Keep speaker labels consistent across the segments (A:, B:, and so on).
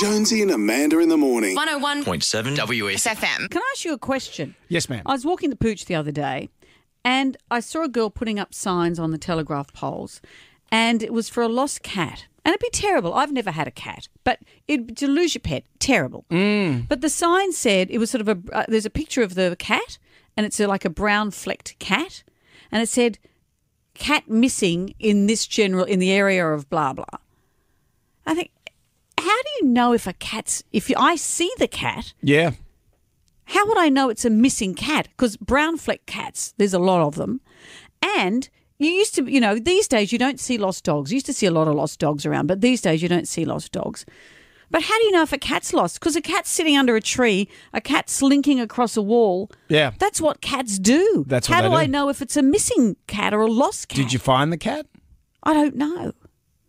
A: Jonesy and Amanda in the morning.
B: 101
C: 101.7 WS.
B: SFM.
D: Can I ask you a question?
E: Yes, ma'am.
D: I was walking the pooch the other day and I saw a girl putting up signs on the telegraph poles and it was for a lost cat. And it'd be terrible. I've never had a cat, but it to lose your pet, terrible.
E: Mm.
D: But the sign said it was sort of a uh, there's a picture of the cat and it's a, like a brown flecked cat and it said cat missing in this general in the area of blah blah. I think how do you know if a cat's if you, I see the cat
E: Yeah.
D: how would I know it's a missing cat? Because brown fleck cats, there's a lot of them. And you used to, you know, these days you don't see lost dogs. You used to see a lot of lost dogs around, but these days you don't see lost dogs. But how do you know if a cat's lost? Because a cat's sitting under a tree, a cat's slinking across a wall.
E: Yeah.
D: That's what cats do.
E: That's what
D: how
E: they
D: do I
E: do.
D: know if it's a missing cat or a lost cat?
E: Did you find the cat?
D: I don't know.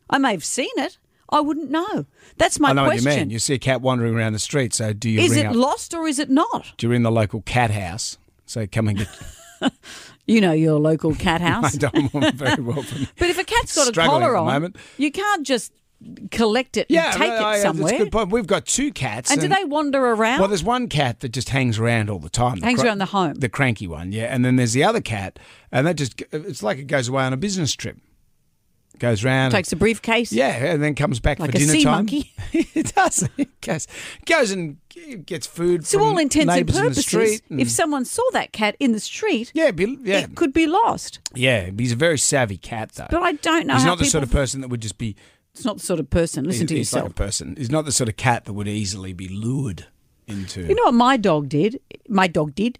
D: I may have seen it. I wouldn't know. That's my
E: I know
D: question.
E: what you mean. You see a cat wandering around the street, so do you
D: is
E: ring
D: it
E: up?
D: lost or is it not?
E: do you ring the local cat house? So come and get.
D: You know your local cat house.
E: I don't want very well. From
D: But if a cat's got a
E: Struggling
D: collar
E: at the
D: on,
E: moment.
D: you can't just collect it
E: yeah,
D: and take
E: no,
D: it
E: I- That's
D: somewhere.
E: a good point. We've got two cats.
D: and do they wander around?
E: Well, there's one cat that just hangs around all the time. The
D: Hangs around the home.
E: The cranky one, yeah. And then there's the other cat, and that just, it's like it goes away on a business trip. Goes round.
D: Takes a briefcase.
E: yeah, and then comes back
D: Like
E: for
D: a
E: dinner
D: sea
E: time.
D: monkey.
E: it does. It goes, goes and gets food
D: So
E: from
D: all intents and
E: neighbours in the
D: purposes,
E: street and-
D: if someone saw that cat in the street,
E: yeah, be, yeah,
D: it could be lost.
E: yeah. He's a very savvy cat, though.
D: But I don't know
E: He's
D: how
E: not the
D: people-
E: sort of person that would just be.
D: It's not the sort of person. Listen to
E: he's
D: yourself.
E: like a person. He's not the sort of cat that would easily be lured into.
D: You know what my dog did? My dog did.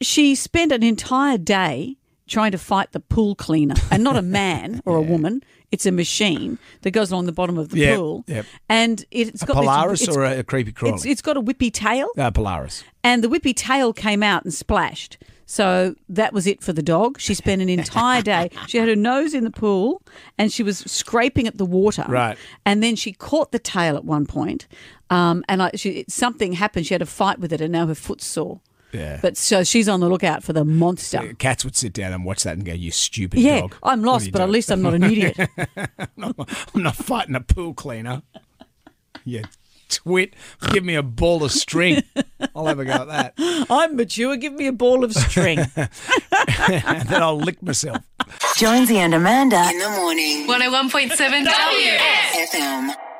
D: She spent an entire day trying to fight the pool cleaner, and not a man or a woman. It's a machine that goes along the bottom of the
E: Yep,
D: pool,
E: yep.
D: and it's
E: a
D: got this-
E: Polaris
D: it's-
E: or a, a creepy crawly?
D: it's, it's got a whippy tail,
E: uh, Polaris.
D: and the whippy tail came out and splashed. So that was it for the dog. She spent an entire day. She had her nose in the pool and she was scraping at the water.
E: Right.
D: And then she caught the tail at one point, um, and I, she, something happened. She had a fight with it, and now her foot's sore.
E: Yeah. Uh,
D: But so she's on the lookout for the monster.
E: Cats would sit down and watch that and go, "You stupid
D: Yeah,
E: dog."
D: I'm
E: What are
D: lost,
E: you
D: but at
E: doing?
D: least I'm not an idiot.
E: I'm not fighting a pool cleaner. you twit, give me a ball of string. I'll have a go at that,
D: I'm mature. Give me a ball of string.
E: and then I'll lick myself.
F: Jonesy and Amanda.
G: In the morning.
B: 101.7 W.
G: FM.